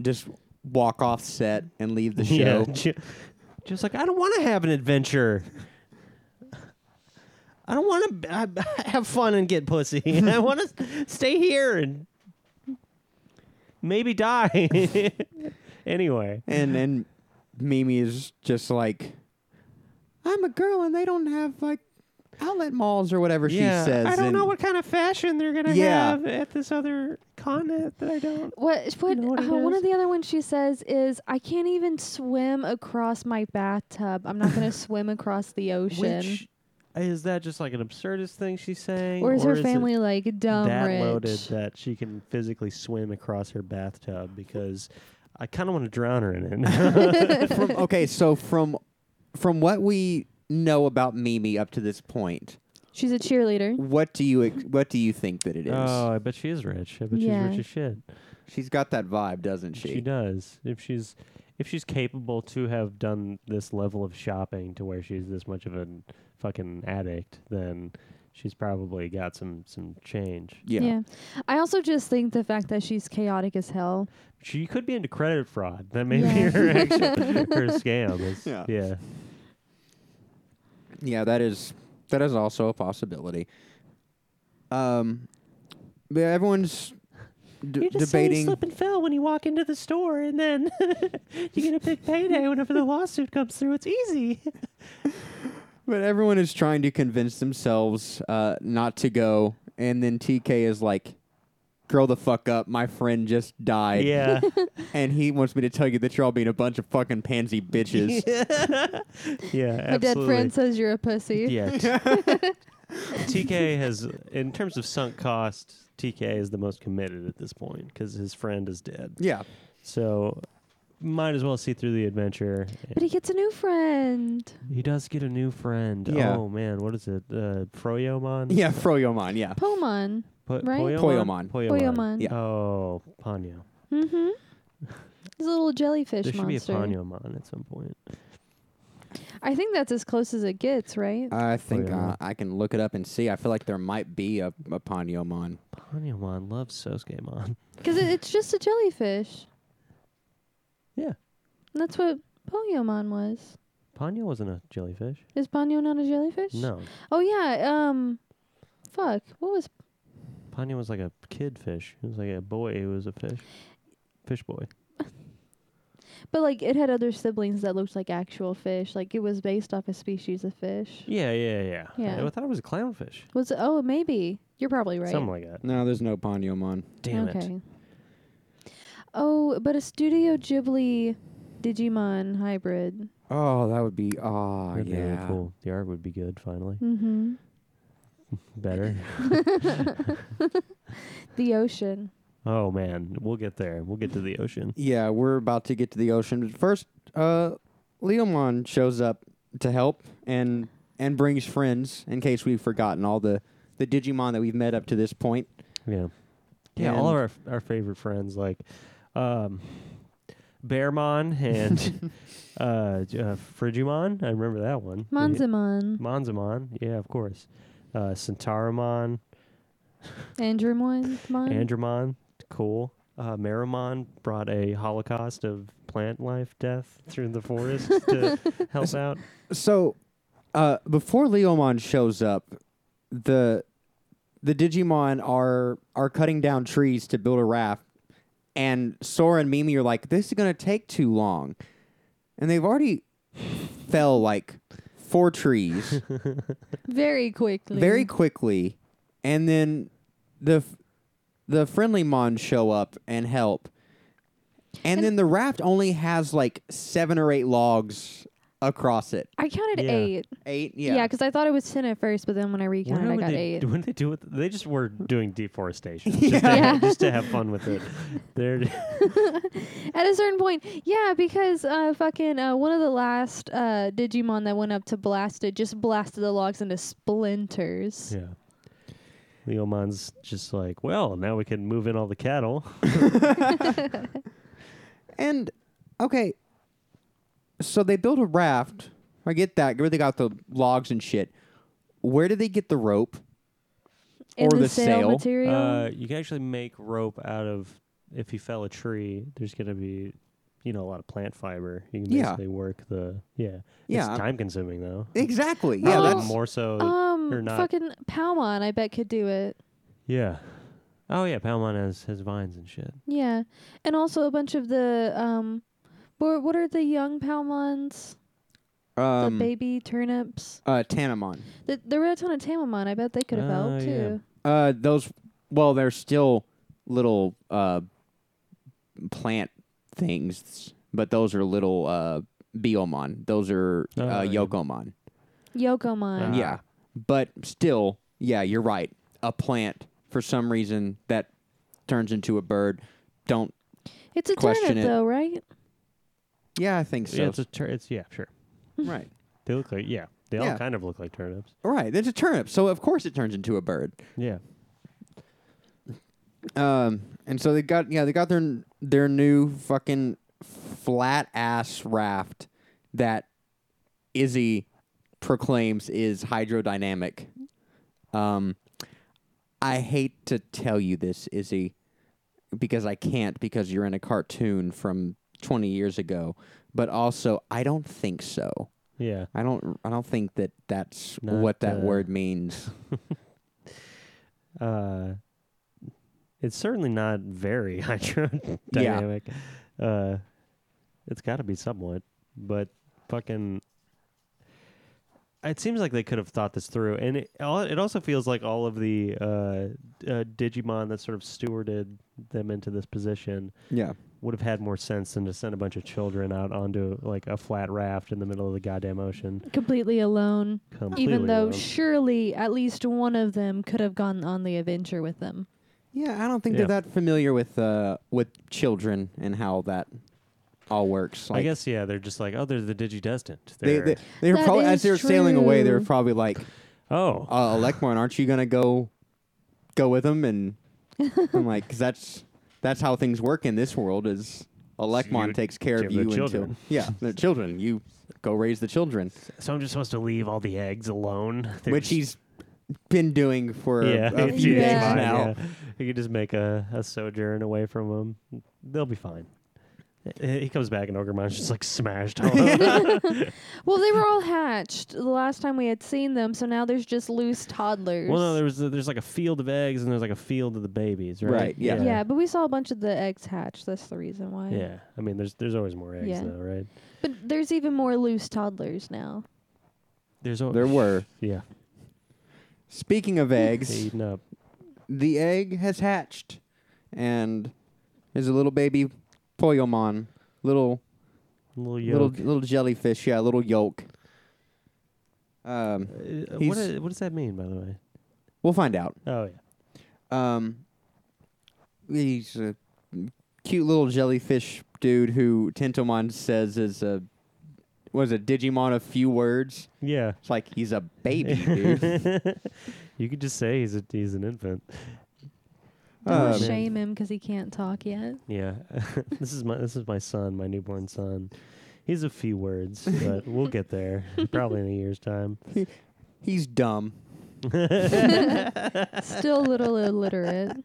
[SPEAKER 7] just walk off set and
[SPEAKER 8] [LAUGHS]
[SPEAKER 7] leave the show.
[SPEAKER 8] ju- just like I don't want to have an adventure. I don't want to b- [LAUGHS] I- have fun and get pussy. [LAUGHS] I want to stay here and maybe die. [LAUGHS] anyway,
[SPEAKER 7] And and Mimi is just like I'm a girl and they don't have like outlet malls or whatever she says.
[SPEAKER 8] I don't
[SPEAKER 7] and
[SPEAKER 8] know what kind of fashion they're gonna
[SPEAKER 7] Yeah.
[SPEAKER 8] have at this other continent that I don't.
[SPEAKER 4] What? What?
[SPEAKER 8] know what it
[SPEAKER 4] uh, one
[SPEAKER 8] is?
[SPEAKER 4] of the other ones she says is, "I can't even swim across my bathtub. I'm not
[SPEAKER 8] [LAUGHS]
[SPEAKER 4] going to swim across the ocean."
[SPEAKER 8] Which is that just like an absurdist thing she's saying,
[SPEAKER 4] or is her
[SPEAKER 8] it
[SPEAKER 4] family like dumb
[SPEAKER 8] that
[SPEAKER 4] rich?
[SPEAKER 8] loaded that she can physically swim across her bathtub because
[SPEAKER 4] [LAUGHS]
[SPEAKER 8] [LAUGHS] I kind of want to drown her in it.
[SPEAKER 7] from okay, so from from what we know about Mimi up to this point.
[SPEAKER 4] She's a cheerleader.
[SPEAKER 7] What do you ex- what do you think that it is?
[SPEAKER 8] [LAUGHS] Oh, I bet she is rich. I bet
[SPEAKER 4] Yeah.
[SPEAKER 8] she's rich as shit.
[SPEAKER 7] She's got that vibe, doesn't she?
[SPEAKER 8] She does. If she's if she's capable to have done this level of shopping to where she's this much of a fucking addict, then she's probably got some some change.
[SPEAKER 7] Yeah.
[SPEAKER 4] I also just think the fact that she's chaotic as hell.
[SPEAKER 8] She could be into credit fraud. That may
[SPEAKER 4] Yeah.
[SPEAKER 8] be her
[SPEAKER 4] [LAUGHS]
[SPEAKER 8] action, her scam. Is,
[SPEAKER 7] Yeah.
[SPEAKER 8] yeah.
[SPEAKER 7] Yeah, that is that is also a possibility. Um, but everyone's d- debating.
[SPEAKER 8] and fell when you walk into the store, and then [LAUGHS] you get a big payday whenever the lawsuit comes through. It's easy.
[SPEAKER 7] But everyone is trying to convince themselves uh, not to go, and then TK is like, "Grow the fuck up! My friend just
[SPEAKER 8] [LAUGHS]
[SPEAKER 7] died,
[SPEAKER 8] Yeah.
[SPEAKER 7] and he wants me to tell you that you're all being a bunch of fucking
[SPEAKER 8] [LAUGHS]
[SPEAKER 7] pansy bitches."
[SPEAKER 8] Yeah.
[SPEAKER 4] My dead friend says you're a pussy.
[SPEAKER 8] Yeah. [LAUGHS] TK has, in terms of sunk cost, TK is the most committed at this point because his friend is dead.
[SPEAKER 7] yeah,
[SPEAKER 8] So might as well see through the adventure.
[SPEAKER 4] But he gets a new friend.
[SPEAKER 8] He does get a new friend.
[SPEAKER 7] Yeah.
[SPEAKER 8] Oh man, what is it? Uh, Froyomon.
[SPEAKER 7] yeah, Froyomon, yeah,
[SPEAKER 4] Pomon.
[SPEAKER 8] Po-
[SPEAKER 4] right?
[SPEAKER 8] Poyomon.
[SPEAKER 7] Poyomon.
[SPEAKER 4] Poyomon.
[SPEAKER 7] Yeah.
[SPEAKER 8] Oh, Ponyo.
[SPEAKER 4] Mm-hmm. [LAUGHS] He's a little jellyfish
[SPEAKER 8] there should
[SPEAKER 4] monster.
[SPEAKER 8] be a Ponyomon at some point.
[SPEAKER 4] I think that's as close as it gets, right?
[SPEAKER 8] Oh,
[SPEAKER 7] I think
[SPEAKER 8] Froyomon.
[SPEAKER 7] uh, I can look it up and see. I feel like there might be a, a Ponyomon.
[SPEAKER 8] Ponyomon loves Sosuke-mon.
[SPEAKER 4] Because it, it's just a jellyfish.
[SPEAKER 8] Yeah.
[SPEAKER 4] And that's what Ponyomon was.
[SPEAKER 8] Ponyo wasn't a jellyfish.
[SPEAKER 4] Is Ponyo not a jellyfish?
[SPEAKER 8] No.
[SPEAKER 4] Oh yeah. Um. Fuck. What was?
[SPEAKER 8] Ponyo was like a kid fish. He was like a boy who was a fish. Fish boy.
[SPEAKER 4] But like, it had other siblings that looked like actual fish. Like it was based off a species of fish.
[SPEAKER 8] Yeah, yeah, yeah.
[SPEAKER 4] Yeah.
[SPEAKER 8] I thought it was a clownfish.
[SPEAKER 4] Was it? Oh, maybe. You're probably right.
[SPEAKER 8] Something like that.
[SPEAKER 7] No, there's no Ponyomon.
[SPEAKER 8] Damn
[SPEAKER 4] okay.
[SPEAKER 8] it.
[SPEAKER 4] Oh, but a Studio Ghibli Digimon hybrid.
[SPEAKER 7] Oh, that would be oh
[SPEAKER 8] That'd be really
[SPEAKER 7] yeah.
[SPEAKER 8] cool. The art would be good finally.
[SPEAKER 4] Mm-hmm.
[SPEAKER 8] Better.
[SPEAKER 4] The ocean.
[SPEAKER 8] oh man, we'll get there. We'll get to the ocean.
[SPEAKER 7] Yeah, we're about to get to the ocean. But First, uh, Leomon shows up to help and and brings friends in case we've forgotten all the the Digimon that we've met up to this point.
[SPEAKER 8] Yeah. Yeah, all of
[SPEAKER 7] And-
[SPEAKER 8] our f- our favorite friends like um Bearmon and uh, J- uh Frigimon. I remember that one. Yeah.
[SPEAKER 4] Monzamon.
[SPEAKER 8] Monzamon. Yeah, of course. Uh Centauramon,
[SPEAKER 4] Andromon.
[SPEAKER 8] Andromon, cool. Uh, Marimon brought a holocaust of plant life death through the forest
[SPEAKER 4] [LAUGHS]
[SPEAKER 8] to help out.
[SPEAKER 7] So, uh, before Leomon shows up, the the Digimon are are cutting down trees to build a raft, and Sora and Mimi are like, "This is gonna take too long," and they've already fell like four trees.
[SPEAKER 4] Very quickly.
[SPEAKER 7] very quickly, and then the f- the friendly mon show up and help, and, then the raft only has like seven or eight logs across it.
[SPEAKER 4] I counted
[SPEAKER 8] Yeah.
[SPEAKER 4] eight.
[SPEAKER 7] Eight, yeah,
[SPEAKER 4] Yeah, because I thought it was ten at first, but then when I recounted,
[SPEAKER 8] Wonder
[SPEAKER 4] I
[SPEAKER 8] what
[SPEAKER 4] got
[SPEAKER 8] they, [LAUGHS]
[SPEAKER 4] eight.
[SPEAKER 8] What did they do with? They just were
[SPEAKER 4] [LAUGHS]
[SPEAKER 8] doing deforestation just, to,
[SPEAKER 4] Yeah.
[SPEAKER 8] just to have fun with
[SPEAKER 4] [LAUGHS]
[SPEAKER 8] it. They're
[SPEAKER 4] At a certain point, yeah, because uh, fucking uh, one of the last uh, Digimon that went up to blast it just blasted the logs into splinters.
[SPEAKER 8] yeah. Leomon's just like, well, now we can move in all the cattle.
[SPEAKER 7] and okay, so they build a raft. I get that. Where they got the logs and shit. Where did they get the rope?
[SPEAKER 4] And
[SPEAKER 7] Or
[SPEAKER 4] the,
[SPEAKER 7] the
[SPEAKER 4] sail
[SPEAKER 7] sail.
[SPEAKER 4] material.
[SPEAKER 8] Uh, you can actually make rope out of if you fell a tree. There's gonna be, you know, a lot of plant fiber. You can
[SPEAKER 7] Yeah.
[SPEAKER 8] basically work the yeah.
[SPEAKER 7] Yeah.
[SPEAKER 8] it's time consuming though.
[SPEAKER 7] Exactly. Yeah,
[SPEAKER 8] Probably
[SPEAKER 4] Well,
[SPEAKER 7] that's
[SPEAKER 8] more so. or
[SPEAKER 4] um,
[SPEAKER 8] not.
[SPEAKER 4] fucking Palmon, I bet could do it.
[SPEAKER 8] yeah. Oh yeah, Palmon has has vines and shit.
[SPEAKER 4] Yeah, and also a bunch of the um, what, what are the young Palmons?
[SPEAKER 7] um,
[SPEAKER 4] the baby turnips.
[SPEAKER 7] uh, Tanamon.
[SPEAKER 4] The the red ton of Tamamon, I bet they could have
[SPEAKER 8] Oh,
[SPEAKER 4] helped
[SPEAKER 8] yeah.
[SPEAKER 4] too.
[SPEAKER 7] Uh, those. Well, they're still little uh, plant things, but those are little uh, biomon. Those are
[SPEAKER 8] Oh,
[SPEAKER 7] uh,
[SPEAKER 8] yeah.
[SPEAKER 7] yokomon.
[SPEAKER 4] Yokomon.
[SPEAKER 8] Ah.
[SPEAKER 7] Yeah, Uh, but still, yeah, you're right. A plant for some reason that turns into a bird. Don't.
[SPEAKER 4] It's a
[SPEAKER 7] Question
[SPEAKER 4] turnip
[SPEAKER 7] it.
[SPEAKER 4] though, right?
[SPEAKER 7] Yeah, I think so.
[SPEAKER 8] yeah, it's a tur- it's yeah, sure.
[SPEAKER 7] right.
[SPEAKER 8] They look like yeah. They all
[SPEAKER 7] Yeah.
[SPEAKER 8] kind of look like turnips.
[SPEAKER 7] Right. It's a turnip, so of course it turns into a bird.
[SPEAKER 8] Yeah.
[SPEAKER 7] Um, and so they got yeah they got their their new fucking flat ass raft that Izzy proclaims is hydrodynamic. Um, I hate to tell you this, Izzy, because I can't because you're in a cartoon from 20 years ago. But also, I don't think so.
[SPEAKER 8] Yeah.
[SPEAKER 7] I don't. I don't think that that's
[SPEAKER 8] Not,
[SPEAKER 7] what that
[SPEAKER 8] uh,
[SPEAKER 7] word means.
[SPEAKER 8] uh, it's certainly not very [LAUGHS] hydrodynamic. Uh, it's got to be somewhat, but fucking. It seems like they could have thought this through, and it, al- it also feels like all of the uh, uh, Digimon that sort of stewarded them into this position
[SPEAKER 7] Yeah.
[SPEAKER 8] would have had more sense than to send a bunch of children out onto like a flat raft in the middle of the goddamn ocean.
[SPEAKER 4] completely alone.
[SPEAKER 8] Completely
[SPEAKER 4] even though
[SPEAKER 8] alone.
[SPEAKER 4] surely at least one of them could have gone on the adventure with them.
[SPEAKER 7] Yeah, I don't think
[SPEAKER 8] Yeah.
[SPEAKER 7] they're that familiar with uh, with children and how that all works.
[SPEAKER 8] I
[SPEAKER 7] Like,
[SPEAKER 8] guess yeah, they're just like oh, they're the Digidestined.
[SPEAKER 7] they
[SPEAKER 8] They're-
[SPEAKER 7] they, they were
[SPEAKER 4] That
[SPEAKER 7] probably as
[SPEAKER 4] is
[SPEAKER 7] they were sailing away, they were
[SPEAKER 4] true.
[SPEAKER 7] probably like,
[SPEAKER 8] oh,
[SPEAKER 7] uh, "Elecmorn, aren't you gonna go go with them?"
[SPEAKER 4] [LAUGHS]
[SPEAKER 7] And I'm like, "Cause that's that's how things work in this world. Is Elecmon
[SPEAKER 8] You
[SPEAKER 7] takes care of
[SPEAKER 8] give the
[SPEAKER 7] you until
[SPEAKER 8] children.
[SPEAKER 7] [LAUGHS] yeah, the children. You go raise the children,
[SPEAKER 8] So I'm just supposed to leave all the eggs alone. They're
[SPEAKER 7] which
[SPEAKER 8] just-
[SPEAKER 7] he's been doing for
[SPEAKER 8] [LAUGHS] yeah, [LAUGHS]
[SPEAKER 7] a, a
[SPEAKER 8] it's
[SPEAKER 7] few
[SPEAKER 4] Yeah.
[SPEAKER 7] days
[SPEAKER 8] fine,
[SPEAKER 7] now.
[SPEAKER 8] yeah. You can just make a, a sojourn away from them. They'll be fine. Eh, He comes back and Ogremond's just like smashed. all over.
[SPEAKER 4] Well, they were
[SPEAKER 7] [LAUGHS]
[SPEAKER 4] all hatched the last time we had seen them, so now there's just loose toddlers.
[SPEAKER 8] well, no, there was there's like a field of eggs and there's like a field of the babies, right?
[SPEAKER 7] Right, yeah.
[SPEAKER 4] yeah. but we saw a bunch of the eggs hatch. That's the reason why.
[SPEAKER 8] Yeah. I mean, there's there's always more eggs
[SPEAKER 4] Yeah.
[SPEAKER 8] though, right?
[SPEAKER 4] But there's even more loose toddlers now.
[SPEAKER 8] There's al-
[SPEAKER 7] There were.
[SPEAKER 8] yeah,
[SPEAKER 7] Speaking of
[SPEAKER 8] they
[SPEAKER 7] eggs,
[SPEAKER 8] eaten up.
[SPEAKER 7] the egg has hatched and is a little baby Poyomon. Little
[SPEAKER 8] Little
[SPEAKER 7] little
[SPEAKER 8] yolk.
[SPEAKER 7] little jellyfish, yeah, little yolk. Um,
[SPEAKER 8] Uh, what,
[SPEAKER 7] he's-
[SPEAKER 8] i- what does that mean, by the way?
[SPEAKER 7] we'll find out.
[SPEAKER 8] Oh yeah.
[SPEAKER 7] Um, he's a cute little jellyfish dude who Tentomon says is a was a Digimon of few words.
[SPEAKER 8] Yeah.
[SPEAKER 7] It's like he's a
[SPEAKER 8] [LAUGHS]
[SPEAKER 7] baby, dude. Um,
[SPEAKER 8] you could just say he's a he's an infant.
[SPEAKER 4] Don't
[SPEAKER 7] Um,
[SPEAKER 4] wanna shame him because he can't talk yet.
[SPEAKER 8] Yeah, [LAUGHS] this is my this is my son, my newborn son. He's a few words, but we'll get there probably in a year's time.
[SPEAKER 7] he's dumb.
[SPEAKER 4] Still a little illiterate.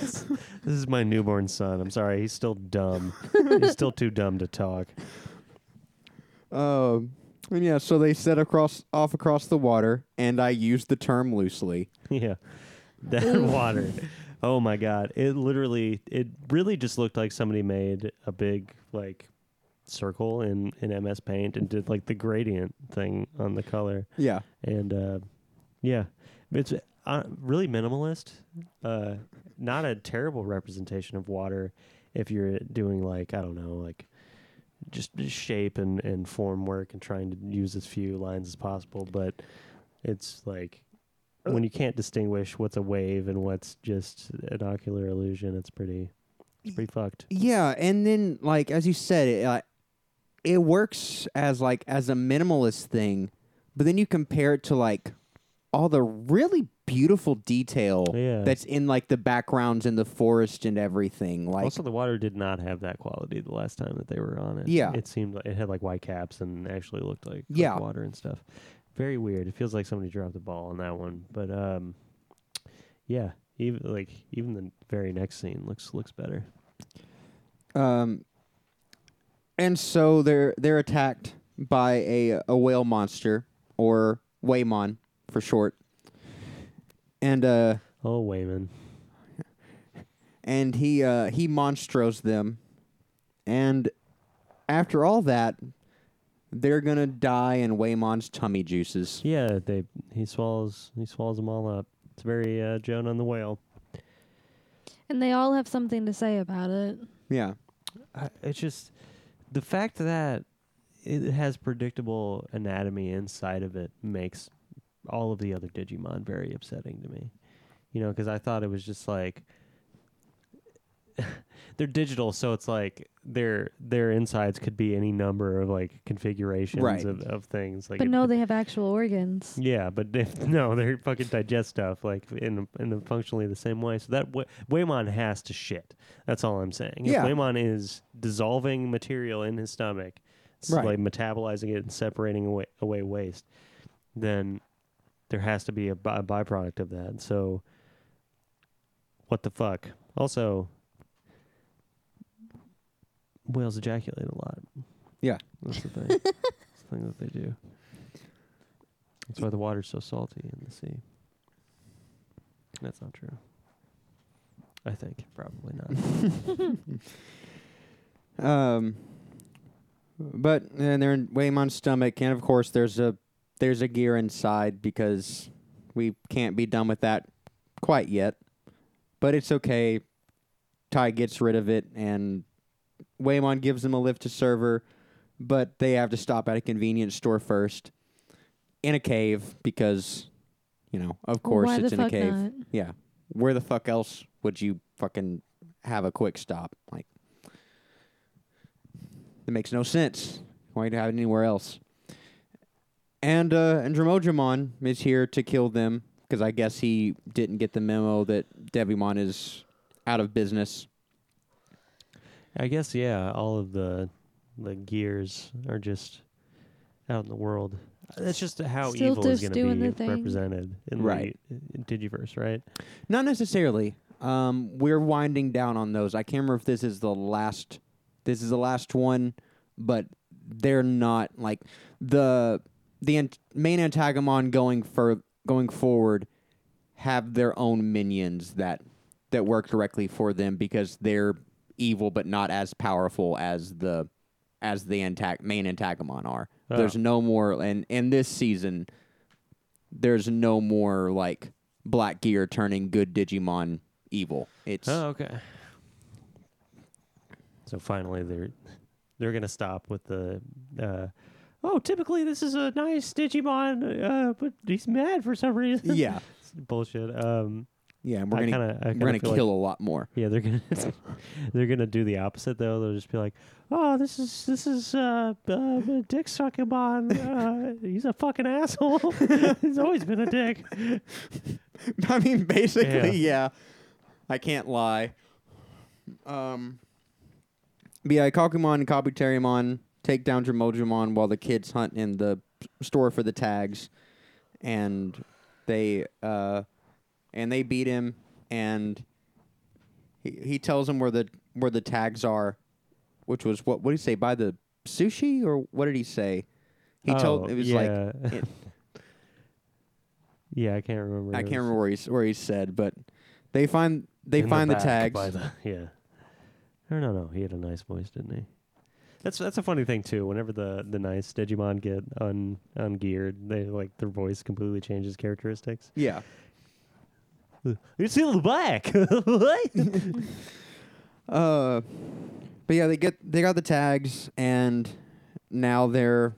[SPEAKER 8] This is my newborn son. I'm sorry, he's still dumb. he's still too dumb to talk. [LAUGHS]
[SPEAKER 7] Um, and yeah, so they set across off across the water, and I used the term loosely.
[SPEAKER 8] yeah, that water. Oh my god! It literally, it really just looked like somebody made a big like circle in in MS Paint and did like the gradient thing on the color.
[SPEAKER 7] Yeah.
[SPEAKER 8] and uh, yeah, it's uh, really minimalist. Uh, not a terrible representation of water if you're doing like I don't know, like just shape and and form work and trying to use as few lines as possible. But it's like when you can't distinguish what's a wave and what's just an ocular illusion, it's pretty. It's pretty fucked.
[SPEAKER 7] Yeah, and then like as you said, it uh, it works as like as a minimalist thing, but then you compare it to like all the really beautiful detail
[SPEAKER 8] Yeah.
[SPEAKER 7] that's in like the backgrounds and the forest and everything. Like
[SPEAKER 8] also, the water did not have that quality the last time that they were on it.
[SPEAKER 7] Yeah.
[SPEAKER 8] it seemed like it had like white caps and actually looked like, like
[SPEAKER 7] Yeah.
[SPEAKER 8] water and stuff. Very weird. It feels like somebody dropped the ball on that one. But um, yeah, even like even the very next scene looks looks better.
[SPEAKER 7] um and so they're they're attacked by a a whale monster or Waymon for short. And uh
[SPEAKER 8] Oh, Wayman.
[SPEAKER 7] and he uh, he monstros them, and after all that, they're gonna die in Waymon's tummy juices.
[SPEAKER 8] Yeah, they he swallows he swallows them all up. It's very uh, Joan on the whale.
[SPEAKER 4] And they all have something to say about it.
[SPEAKER 7] Yeah,
[SPEAKER 8] I, it's just the fact that it has predictable anatomy inside of it makes all of the other Digimon very upsetting to me. You know, because I thought it was just like [LAUGHS] they're digital, so it's like their their insides could be any number of like configurations
[SPEAKER 7] Right.
[SPEAKER 8] of, of things. Like
[SPEAKER 4] But
[SPEAKER 8] it-
[SPEAKER 4] no,
[SPEAKER 8] it-
[SPEAKER 4] they have actual organs.
[SPEAKER 8] yeah, but if, no, they [LAUGHS] fucking digest stuff like in in the functionally the same way. So that Wa- Waymon has to shit. That's all I'm saying.
[SPEAKER 7] Yeah.
[SPEAKER 8] If Waymon is dissolving material in his stomach, it's
[SPEAKER 7] Right.
[SPEAKER 8] like metabolizing it and separating away, away waste, then there has to be a, by- byproduct of that. So what the fuck? Also, whales ejaculate a lot.
[SPEAKER 7] Yeah.
[SPEAKER 8] That's the thing. That's the thing that they do. That's why the water's so salty in the sea. That's not true. I think probably not.
[SPEAKER 7] Um, but and they're in Waymon's stomach, and of course there's a there's a gear inside because we can't be done with that quite yet. But it's okay. Ty gets rid of it, and Waymon gives them a lift to server, but they have to stop at a convenience store first in a cave because, you know, of course
[SPEAKER 4] Why
[SPEAKER 7] it's
[SPEAKER 4] the
[SPEAKER 7] in a
[SPEAKER 4] fuck
[SPEAKER 7] cave.
[SPEAKER 4] not?
[SPEAKER 7] Yeah. Where the fuck else would you fucking have a quick stop? Like, it makes no sense. Why would you have it anywhere else? And uh, and Dromojamon is here to kill them because I guess he didn't get the memo that Devimon is out of business.
[SPEAKER 8] I guess yeah. All of the the gears are just out in the world. That's just how
[SPEAKER 4] Still
[SPEAKER 8] evil is
[SPEAKER 4] just
[SPEAKER 8] going
[SPEAKER 4] doing
[SPEAKER 8] to
[SPEAKER 4] the
[SPEAKER 8] be
[SPEAKER 4] thing.
[SPEAKER 8] represented in
[SPEAKER 7] Right.
[SPEAKER 8] the in Digiverse, right?
[SPEAKER 7] Not necessarily. Um, we're winding down on those. I can't remember if this is the last. This is the last one, but they're not like the the ant- main antagonist going for going forward have their own minions that that work directly for them because they're evil but not as powerful as the as the antag- main antagonist are.
[SPEAKER 8] Oh.
[SPEAKER 7] There's no more and in this season there's no more like black gear turning good Digimon evil. It's
[SPEAKER 8] Oh, okay. So finally, they're they're gonna stop with the. Uh, oh, typically this is a nice Digimon, uh, but he's mad for some reason.
[SPEAKER 7] yeah.
[SPEAKER 8] It's [LAUGHS] bullshit. Um,
[SPEAKER 7] Yeah, and we're
[SPEAKER 8] I
[SPEAKER 7] going
[SPEAKER 8] kinda- I
[SPEAKER 7] to we're
[SPEAKER 8] kinda
[SPEAKER 7] going to
[SPEAKER 8] feel like-
[SPEAKER 7] kill a lot more.
[SPEAKER 8] yeah, they're gonna [LAUGHS] they're gonna do the opposite though. They'll just be like, "Oh, this is this is uh, uh dick sucking mon. Uh, he's a fucking asshole. he's always been a dick."
[SPEAKER 7] [LAUGHS] I mean basically, yeah. I can't lie. Um but yeah, Kakumon and Kabuterimon take down Dromojumon while the kids hunt in the store for the tags and they uh and they beat him and he he tells them where the where the tags are, which was what what did he say by the sushi or what did he say? He told
[SPEAKER 8] Oh,
[SPEAKER 7] it was
[SPEAKER 8] yeah.
[SPEAKER 7] like it,
[SPEAKER 8] [LAUGHS] Yeah, I can't remember.
[SPEAKER 7] I
[SPEAKER 8] It
[SPEAKER 7] can't
[SPEAKER 8] was-
[SPEAKER 7] remember where he where he said, but they find they
[SPEAKER 8] in
[SPEAKER 7] find the,
[SPEAKER 8] back
[SPEAKER 7] tags.
[SPEAKER 8] by the- [LAUGHS] yeah. Or no, no, he had a nice voice, didn't he? That's that's a funny thing too. Whenever the the nice Digimon get un ungeared, they like their voice completely changes characteristics.
[SPEAKER 7] yeah.
[SPEAKER 8] It's still black. [LAUGHS] What?
[SPEAKER 7] Uh, but yeah, they get they got the tags, and now they're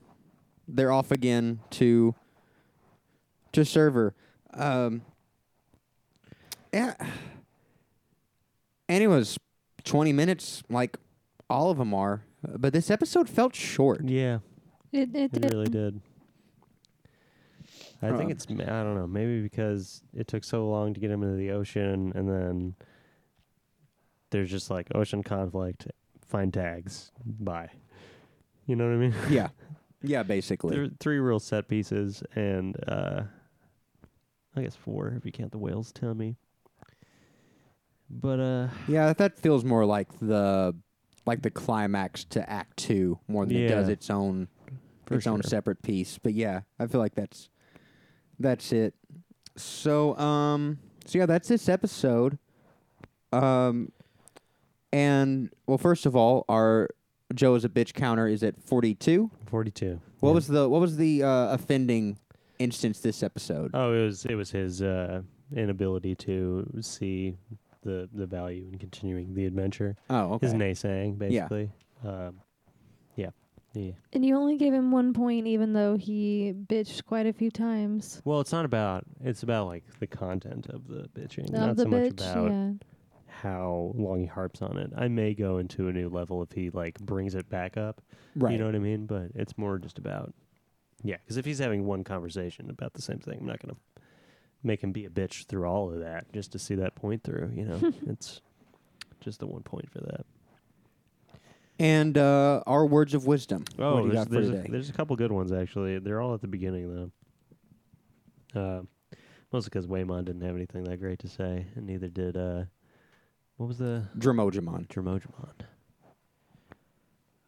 [SPEAKER 7] they're off again to to server. Um, yeah, and it was twenty minutes, like all of them are. But this episode
[SPEAKER 8] [LAUGHS]
[SPEAKER 7] felt short.
[SPEAKER 8] yeah,
[SPEAKER 4] It,
[SPEAKER 8] it
[SPEAKER 4] it, did.
[SPEAKER 8] really did. I
[SPEAKER 7] Um,
[SPEAKER 8] think it's ma- I don't know maybe because it took so long to get him into the ocean, and then there's just like ocean conflict. Find tags. Bye. You know what I mean?
[SPEAKER 7] Yeah, yeah, basically.
[SPEAKER 8] There are three real set pieces, and uh, I guess four if you count the whales tummy. But uh,
[SPEAKER 7] Yeah, that feels more like the like the climax to Act Two more than it does
[SPEAKER 8] Yeah.
[SPEAKER 7] its own
[SPEAKER 8] For
[SPEAKER 7] its own
[SPEAKER 8] sure.
[SPEAKER 7] separate piece. But yeah, I feel like that's that's it. So um, so yeah, that's this episode. Um, and well, first of all, our Joe is a bitch counter is at forty two.
[SPEAKER 8] forty-two.
[SPEAKER 7] What
[SPEAKER 8] Yeah.
[SPEAKER 7] was the what was the uh, offending instance this episode?
[SPEAKER 8] Oh, it was it was his uh, inability to see the the value in continuing the adventure.
[SPEAKER 7] oh, okay.
[SPEAKER 8] His naysaying,
[SPEAKER 7] Yeah.
[SPEAKER 8] basically. Yeah. Um, yeah. Yeah.
[SPEAKER 4] And you only gave him one point, even though he bitched quite a few times.
[SPEAKER 8] Well, it's not about. It's about like the content of the bitching,
[SPEAKER 4] Of
[SPEAKER 8] not
[SPEAKER 4] the
[SPEAKER 8] so
[SPEAKER 4] bitch,
[SPEAKER 8] much about
[SPEAKER 4] yeah.
[SPEAKER 8] how long he harps on it. I may go into a new level if he like brings it back up.
[SPEAKER 7] Right.
[SPEAKER 8] You know what I mean? But it's more just about yeah, because if he's having one conversation about the same thing, I'm not gonna make him be a bitch through all of that just to see that point through. You know, it's just the one point for that.
[SPEAKER 7] And uh, our words of wisdom. what do you
[SPEAKER 8] Oh, there's,
[SPEAKER 7] got for
[SPEAKER 8] there's
[SPEAKER 7] today?
[SPEAKER 8] A, there's a couple good ones actually. They're all at the beginning though. Uh, mostly because Waymon didn't have anything that great to say, and neither did uh, what was the
[SPEAKER 7] Dramojamon.
[SPEAKER 8] Jermojamon.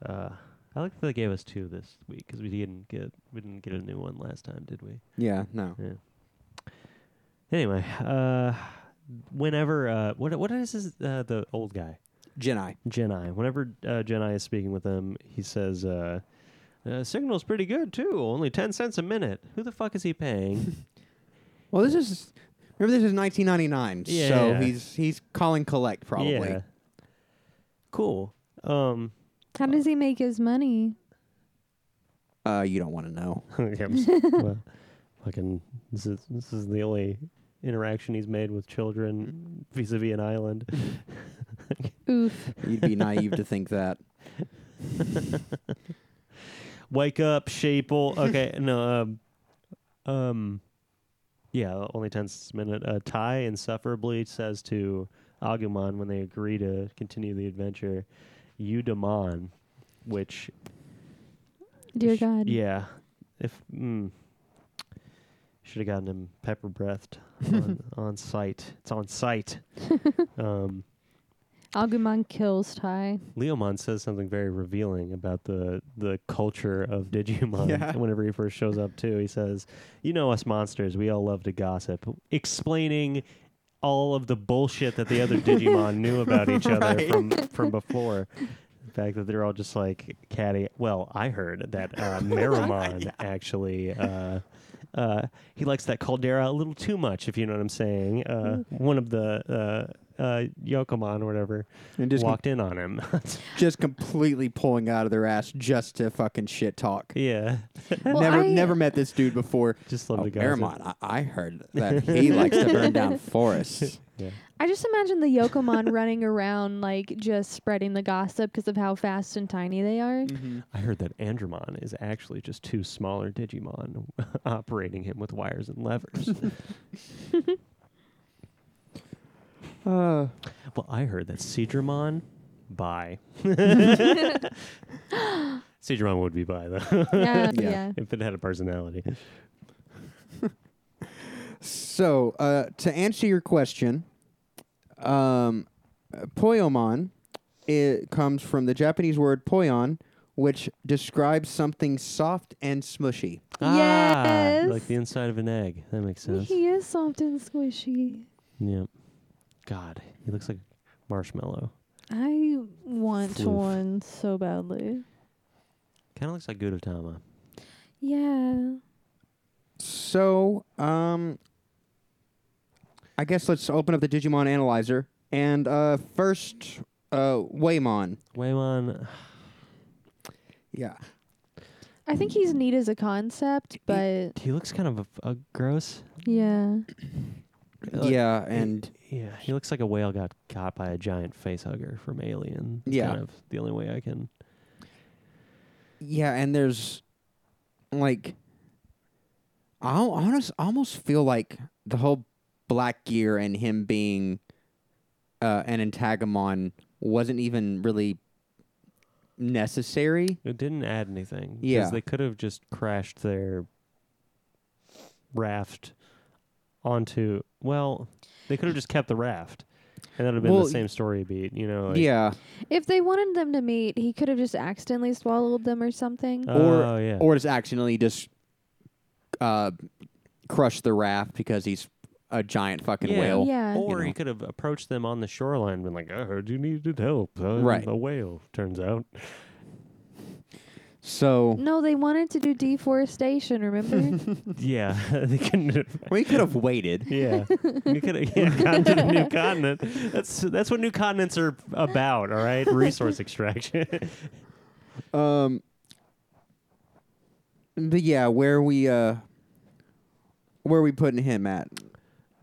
[SPEAKER 8] Uh, I like that they gave us two this week because we didn't get we didn't get a new one last time, did we?
[SPEAKER 7] Yeah, no.
[SPEAKER 8] Yeah. Anyway, uh, whenever uh, what what is his, uh, the old guy?
[SPEAKER 7] Jedi.
[SPEAKER 8] Jedi. Whenever uh, Jedi is speaking with him, he says, uh, uh, "Signal's pretty good too. Only ten cents a minute. Who the fuck is he paying?"
[SPEAKER 7] Well, this is remember this is 1999, so
[SPEAKER 8] Yeah.
[SPEAKER 7] he's he's calling collect probably.
[SPEAKER 8] Yeah. Cool. Um,
[SPEAKER 4] How does he make his money?
[SPEAKER 7] Uh, you don't want to know.
[SPEAKER 8] [LAUGHS] yeah, I'm s- well, fucking. This is this is the only interaction he's made with children vis-a-vis an island.
[SPEAKER 4] Oof.
[SPEAKER 7] You'd be naive to think that.
[SPEAKER 8] Wake up, sheeple. Okay, no. Um, um, yeah, only ten s- minute. Uh, Ty insufferably says to Agumon when they agree to continue the adventure, "You demon," which
[SPEAKER 4] Dear
[SPEAKER 8] sh-
[SPEAKER 4] God.
[SPEAKER 8] yeah, if mm, should have gotten him pepper
[SPEAKER 4] [LAUGHS]
[SPEAKER 8] breathed on, on sight. It's on sight. um,
[SPEAKER 4] Agumon kills Ty.
[SPEAKER 8] Leomon says something very revealing about the the culture of Digimon.
[SPEAKER 7] Yeah.
[SPEAKER 8] Whenever he first shows up, too, he says, "You know us monsters. We all love to gossip." Explaining all of the bullshit that
[SPEAKER 7] [LAUGHS]
[SPEAKER 8] the other Digimon knew about each other from from before. The fact that they're all just like catty. Well, I heard that
[SPEAKER 7] [LAUGHS]
[SPEAKER 8] uh, Merimon actually. Uh, uh, he likes that caldera a little too much, if you know what I'm saying. Uh,
[SPEAKER 7] Mm.
[SPEAKER 8] one of the uh, uh, Yokomon or whatever
[SPEAKER 7] And just com-
[SPEAKER 8] walked in on him. [LAUGHS]
[SPEAKER 7] just completely pulling out of their ass just to fucking shit talk.
[SPEAKER 8] yeah, [LAUGHS]
[SPEAKER 4] Well,
[SPEAKER 7] never
[SPEAKER 4] I-
[SPEAKER 7] never met this dude before.
[SPEAKER 8] just love
[SPEAKER 7] oh,
[SPEAKER 8] the guys.
[SPEAKER 7] Aramon, I-, I heard that he likes to burn
[SPEAKER 8] [LAUGHS]
[SPEAKER 7] down forests.
[SPEAKER 4] I just imagine the Yokomon running around, like, just spreading the gossip because of how fast and tiny they are.
[SPEAKER 8] I heard that Andromon is actually just two smaller Digimon [LAUGHS] operating him with wires and levers.
[SPEAKER 7] Uh,
[SPEAKER 8] well, I heard that Seedramon, bye. Seedramon would be bye though [LAUGHS]
[SPEAKER 4] yeah,
[SPEAKER 7] Yeah.
[SPEAKER 4] yeah.
[SPEAKER 8] if it had a personality.
[SPEAKER 7] so uh, to answer your question, um, poyomon it comes from the Japanese word poyon, which describes something soft and smushy.
[SPEAKER 8] Ah, like
[SPEAKER 4] Yes.
[SPEAKER 8] the inside of an egg. That makes sense.
[SPEAKER 4] He is soft and squishy.
[SPEAKER 8] yeah. God, he looks like marshmallow.
[SPEAKER 4] I want
[SPEAKER 8] Floof.
[SPEAKER 4] one so badly.
[SPEAKER 8] Kind of looks like Gudetama.
[SPEAKER 4] Yeah.
[SPEAKER 7] So, um, I guess let's open up the Digimon Analyzer and uh, first, uh, Waymon.
[SPEAKER 8] Waymon,
[SPEAKER 7] Yeah,
[SPEAKER 4] I think he's neat as a concept, but
[SPEAKER 8] he looks kind of a, a gross.
[SPEAKER 4] yeah.
[SPEAKER 8] Like,
[SPEAKER 7] yeah, and
[SPEAKER 8] Yeah, he looks like a whale got caught by a giant face hugger from Alien. It's
[SPEAKER 7] Yeah.
[SPEAKER 8] kind of the only way I can.
[SPEAKER 7] Yeah, and there's like I al- honest almost feel like the whole Black Gear and him being uh, an antagamon wasn't even really necessary.
[SPEAKER 8] It didn't add anything. 'cause
[SPEAKER 7] Yeah.
[SPEAKER 8] they could have just crashed their raft onto. Well, they could have just kept the raft, and that would have been
[SPEAKER 7] Well,
[SPEAKER 8] the same story beat. You know? Like,
[SPEAKER 7] yeah,
[SPEAKER 4] If they wanted them to meet, he could have just accidentally swallowed them or something.
[SPEAKER 7] Or-
[SPEAKER 8] oh, yeah.
[SPEAKER 7] or just accidentally just uh, crush the raft because he's a giant fucking
[SPEAKER 8] Yeah.
[SPEAKER 7] whale.
[SPEAKER 4] yeah.
[SPEAKER 8] Or
[SPEAKER 7] you
[SPEAKER 8] he
[SPEAKER 7] know.
[SPEAKER 8] could have approached them on the shoreline, and been like, "I heard you needed help. I'm
[SPEAKER 7] Right.
[SPEAKER 8] A whale turns
[SPEAKER 7] [LAUGHS]
[SPEAKER 8] out.
[SPEAKER 7] So
[SPEAKER 4] No, they wanted to do
[SPEAKER 8] [LAUGHS]
[SPEAKER 4] deforestation, remember?
[SPEAKER 8] yeah, they couldn't. have-
[SPEAKER 7] we could have waited.
[SPEAKER 8] Yeah, you could have [LAUGHS]
[SPEAKER 7] [LAUGHS]
[SPEAKER 8] yeah, gotten to the new continent. That's that's what new continents are about. All right, resource extraction. [LAUGHS]
[SPEAKER 7] Um, but yeah, where we uh, where we putting him at?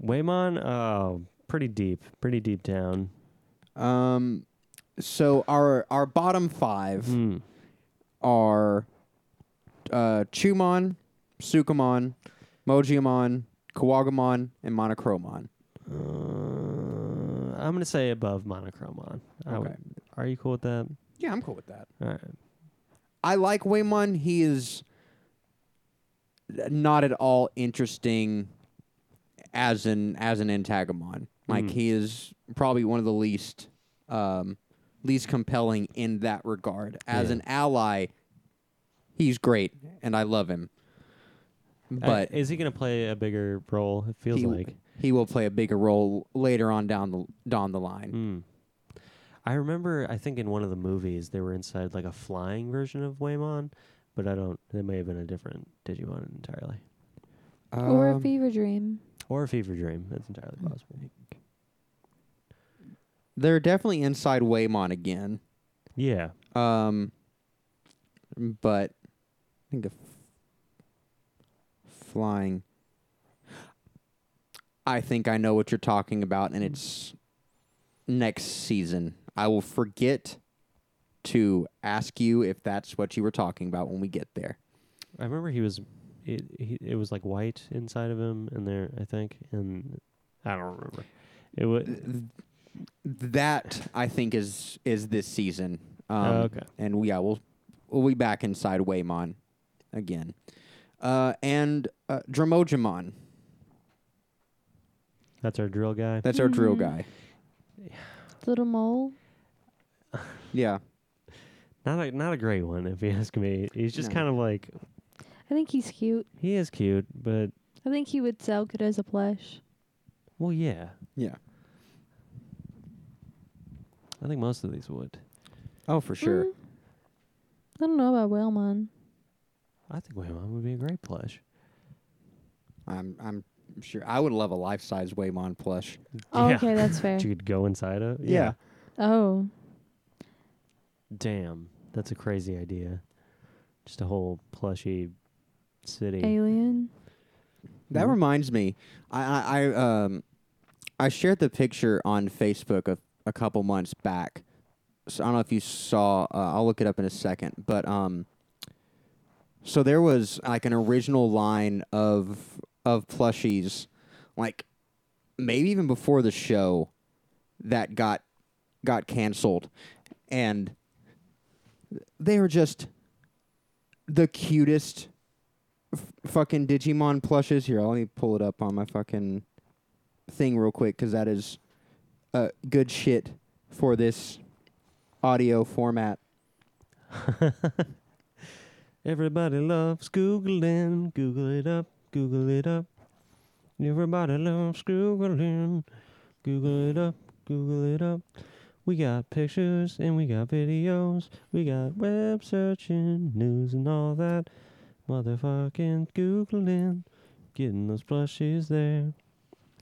[SPEAKER 8] Waymon, oh, pretty deep, pretty deep down.
[SPEAKER 7] Um, so our our bottom five are uh, Chumon, Sukumon, Mojimon, Kawagamon, and Monochromon.
[SPEAKER 8] Uh, I'm gonna say above monochromon. I would-
[SPEAKER 7] Okay.
[SPEAKER 8] are you cool with that?
[SPEAKER 7] Yeah, I'm cool with that.
[SPEAKER 8] All right.
[SPEAKER 7] I like Waymon. He is not at all interesting as an as an antagamon. Like
[SPEAKER 8] Mm.
[SPEAKER 7] he is probably one of the least um, least compelling in that regard. As
[SPEAKER 8] Yeah.
[SPEAKER 7] an ally, he's great and I love him. But
[SPEAKER 8] Uh, is he gonna play a bigger role? It feels
[SPEAKER 7] he,
[SPEAKER 8] like.
[SPEAKER 7] he will play a bigger role later on down the down the line.
[SPEAKER 8] Mm. I remember. I think in one of the movies they were inside like a flying version of Waymon, but I don't. It may have been a different Digimon entirely,
[SPEAKER 4] or a
[SPEAKER 7] Um,
[SPEAKER 4] fever dream.
[SPEAKER 8] or a fever dream. That's entirely
[SPEAKER 7] Mm.
[SPEAKER 8] possible.
[SPEAKER 7] they're definitely inside Waymon again.
[SPEAKER 8] Yeah.
[SPEAKER 7] Um, but I think the f- flying. I think I know what you're talking about, and it's next season. I will forget to ask you if that's what you were talking about when we get there.
[SPEAKER 8] I remember he was. It he, it was like white inside of him, and there I think, and I don't remember. It
[SPEAKER 7] Uh,
[SPEAKER 8] was
[SPEAKER 7] That I think is is this season. Um,
[SPEAKER 8] Oh, okay.
[SPEAKER 7] And we, yeah, we'll we'll be back inside Waymon again, uh, and uh, Dramojimon.
[SPEAKER 8] that's our drill guy.
[SPEAKER 7] That's our drill
[SPEAKER 4] Mhm.
[SPEAKER 7] guy.
[SPEAKER 4] Little mole.
[SPEAKER 7] Yeah.
[SPEAKER 8] Not a not a great one, if you ask me. He's just
[SPEAKER 7] No.
[SPEAKER 8] kind of like
[SPEAKER 4] I think he's cute.
[SPEAKER 8] he is cute, but
[SPEAKER 4] I think he would sell good as a plush.
[SPEAKER 8] well, yeah.
[SPEAKER 7] Yeah.
[SPEAKER 8] I think most of these would.
[SPEAKER 7] Oh, for sure.
[SPEAKER 4] Mm. I don't know about Whaleman.
[SPEAKER 8] I think Waymon would be a great plush.
[SPEAKER 7] I'm I'm sure. I would love a life size Waymon plush.
[SPEAKER 4] Oh,
[SPEAKER 8] Yeah.
[SPEAKER 4] okay,
[SPEAKER 8] [LAUGHS]
[SPEAKER 4] that's fair.
[SPEAKER 7] Eh.
[SPEAKER 8] That you could go inside of.
[SPEAKER 4] Oh,
[SPEAKER 8] Damn, that's a crazy idea. Just a whole plushy city.
[SPEAKER 4] alien.
[SPEAKER 7] That
[SPEAKER 8] Mhm.
[SPEAKER 7] reminds me. I, I I um I shared the picture on Facebook a, a couple months back. So I don't know if you saw. Uh, I'll look it up in a second. But um, so there was like an original line of of plushies, like maybe even before the show, that got got canceled, and they were just the cutest f- fucking Digimon plushes. Here, let me pull it up on my fucking thing real quick because that is uh, good shit for this audio format.
[SPEAKER 8] Everybody loves Googling. Google it up. Google it up. Everybody loves Googling. Google it up. Google it up. We got pictures and we got videos. We got web searching, news and all that. Motherfucking Googling. Getting those plushies there.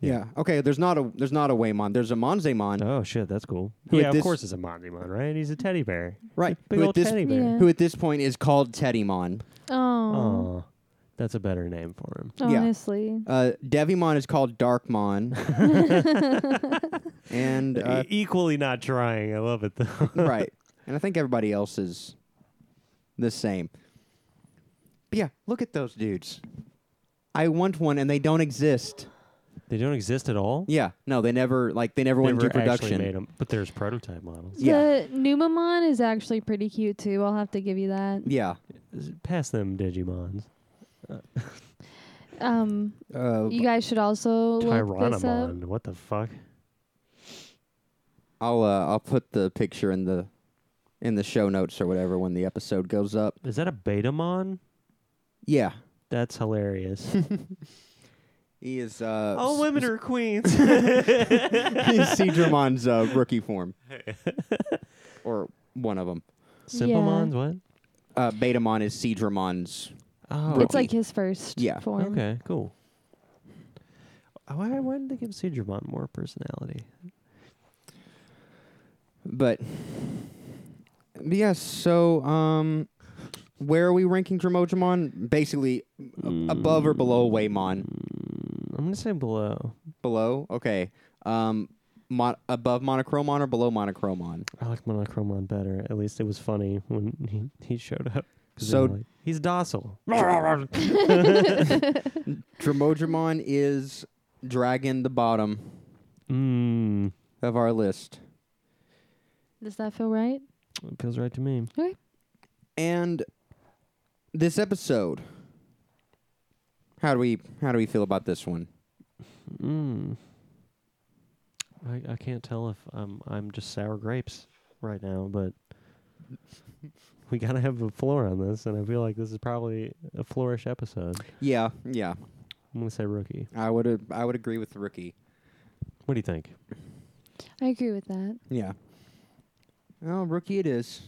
[SPEAKER 8] Yeah.
[SPEAKER 7] Okay. There's not a there's not a Waymon. There's a Monzemon
[SPEAKER 8] Oh, shit, that's cool.
[SPEAKER 7] With
[SPEAKER 8] yeah,
[SPEAKER 7] this-
[SPEAKER 8] of course it's a Mondimon, right? He's a teddy bear.
[SPEAKER 7] right.
[SPEAKER 8] Big
[SPEAKER 7] who
[SPEAKER 8] old
[SPEAKER 7] at this
[SPEAKER 8] teddy bear.
[SPEAKER 4] Yeah.
[SPEAKER 7] who at this point is called Teddymon.
[SPEAKER 4] Oh,
[SPEAKER 8] Oh, that's a better name for him.
[SPEAKER 7] yeah.
[SPEAKER 4] honestly.
[SPEAKER 7] Uh, Devimon is called
[SPEAKER 8] [LAUGHS]
[SPEAKER 7] Darkmon, and uh,
[SPEAKER 8] E- equally not trying. I love it though.
[SPEAKER 7] right. And I think everybody else is the same. But yeah, look at those dudes. I want one, and they don't exist.
[SPEAKER 8] [LAUGHS] They don't exist at all.
[SPEAKER 7] Yeah, no, they never like they never went
[SPEAKER 8] Never
[SPEAKER 7] into
[SPEAKER 8] actually
[SPEAKER 7] production.
[SPEAKER 8] made 'em, but there's prototype models.
[SPEAKER 7] Yeah.
[SPEAKER 4] The Numamon is actually pretty cute too. I'll have to give you that.
[SPEAKER 7] Yeah,
[SPEAKER 8] Pass them Digimons.
[SPEAKER 4] Um,
[SPEAKER 7] uh,
[SPEAKER 4] you guys should also look this up.
[SPEAKER 8] Tyrannomon. What the fuck?
[SPEAKER 7] I'll uh, I'll put the picture in the in the show notes or whatever when the episode goes up.
[SPEAKER 8] Is that a Betamon?
[SPEAKER 7] Yeah,
[SPEAKER 8] That's hilarious. [LAUGHS]
[SPEAKER 7] he is. Uh,
[SPEAKER 8] all
[SPEAKER 7] s- [LAUGHS]
[SPEAKER 8] women are [LAUGHS] queens.
[SPEAKER 7] he's Seedramon's uh, rookie form,
[SPEAKER 8] [LAUGHS]
[SPEAKER 7] or one of them.
[SPEAKER 8] Simplemons. What?
[SPEAKER 7] Uh, Betamon is Seedramon's.
[SPEAKER 8] Oh,
[SPEAKER 4] It's like his first
[SPEAKER 7] Yeah.
[SPEAKER 4] form.
[SPEAKER 8] okay, cool. Why, why did they give Seedramon more personality?
[SPEAKER 7] But, but yeah, so um, where are we ranking Dromojamon? Basically, a- above or below Waymon.
[SPEAKER 8] I'm gonna say below.
[SPEAKER 7] below. Okay. Um, mon- above monochromon or below monochromon?
[SPEAKER 8] I like Monochromon better. At least it was funny when he, he showed up. 'Cause they
[SPEAKER 7] So-
[SPEAKER 8] were like, he's docile.
[SPEAKER 7] Dromodramon is dragon the bottom
[SPEAKER 8] Mmm,
[SPEAKER 7] of our list.
[SPEAKER 4] Does that feel right?
[SPEAKER 8] feels right to me.
[SPEAKER 4] Okay.
[SPEAKER 7] And this episode how do we how do we feel about this one?
[SPEAKER 8] Mmm. I, I can't tell if I'm I'm just sour grapes right now, but we gotta have a floor on this, and I feel like this is probably a flourish episode.
[SPEAKER 7] Yeah, yeah.
[SPEAKER 8] I'm gonna say rookie.
[SPEAKER 7] I would I would agree with Rookie.
[SPEAKER 8] What do you think?
[SPEAKER 4] I agree with that.
[SPEAKER 7] Yeah. Well, Rookie it is.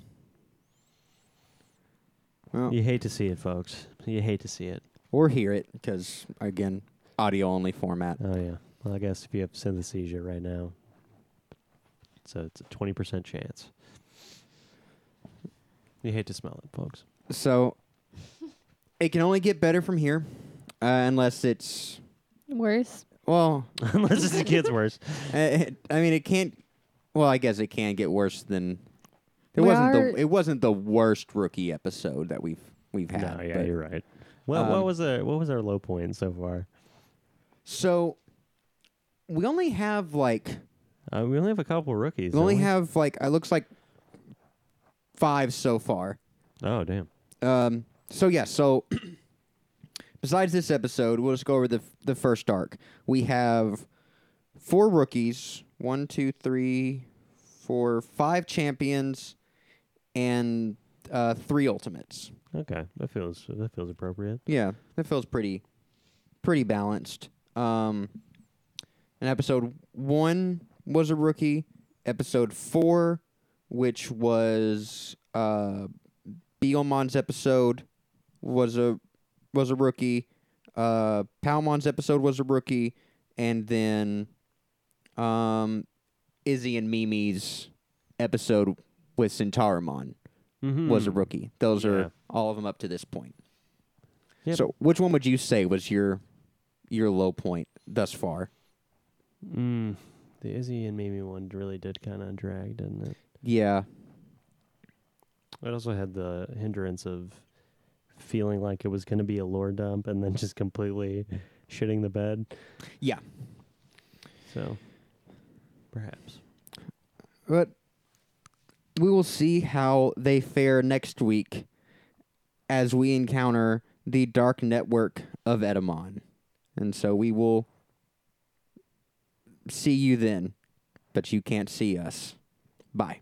[SPEAKER 7] Well,
[SPEAKER 8] You hate to see it, folks. You hate to see it.
[SPEAKER 7] or hear it because again, audio only format.
[SPEAKER 8] Oh yeah. Well, I guess if you have synesthesia right now, so it's a twenty percent chance. You hate to smell it, folks. [LAUGHS]
[SPEAKER 7] So it can only get better from here, uh, unless it's
[SPEAKER 4] Worse.
[SPEAKER 7] well. [LAUGHS]
[SPEAKER 8] Unless it gets worse.
[SPEAKER 7] uh, it- I mean, it can't. Well, I guess it can get worse than. It
[SPEAKER 4] We
[SPEAKER 7] wasn't
[SPEAKER 4] are-
[SPEAKER 7] the it wasn't the worst rookie episode that we've we've had.
[SPEAKER 8] no, yeah,
[SPEAKER 7] but-
[SPEAKER 8] you're right. Well,
[SPEAKER 7] Um,
[SPEAKER 8] what was our what was our low point so far?
[SPEAKER 7] So we only have like
[SPEAKER 8] Uh, we only have a couple rookies.
[SPEAKER 7] we only
[SPEAKER 8] don't
[SPEAKER 7] have like it looks like five so far.
[SPEAKER 8] Oh damn.
[SPEAKER 7] Um, so yeah, so [CLEARS THROAT] besides this episode, we'll just go over the the first arc. We have four rookies, one, two, three, four, five champions, and uh, three ultimates.
[SPEAKER 8] Okay, that feels that feels appropriate.
[SPEAKER 7] Yeah, that feels pretty pretty balanced. Um, and episode one was a rookie. Episode four, which was uh, Beelmon's episode, was a was a rookie. Uh, Palmon's episode was a rookie, and then um, Izzy and Mimi's episode with Centauramon was a rookie. Those
[SPEAKER 8] Yeah.
[SPEAKER 7] are all of them up to this point.
[SPEAKER 8] Yep.
[SPEAKER 7] So, which one would you say was your your low point thus far?
[SPEAKER 8] Mm, the Izzy and Mimi one really did kind of drag, didn't it?
[SPEAKER 7] Yeah,
[SPEAKER 8] It also had the hindrance of feeling like it was going to be a lore dump and then just completely shitting the bed.
[SPEAKER 7] yeah.
[SPEAKER 8] So perhaps.
[SPEAKER 7] But we will see how they fare next week as we encounter the dark network of Edamon, and so we will see you then. But you can't see us. Bye.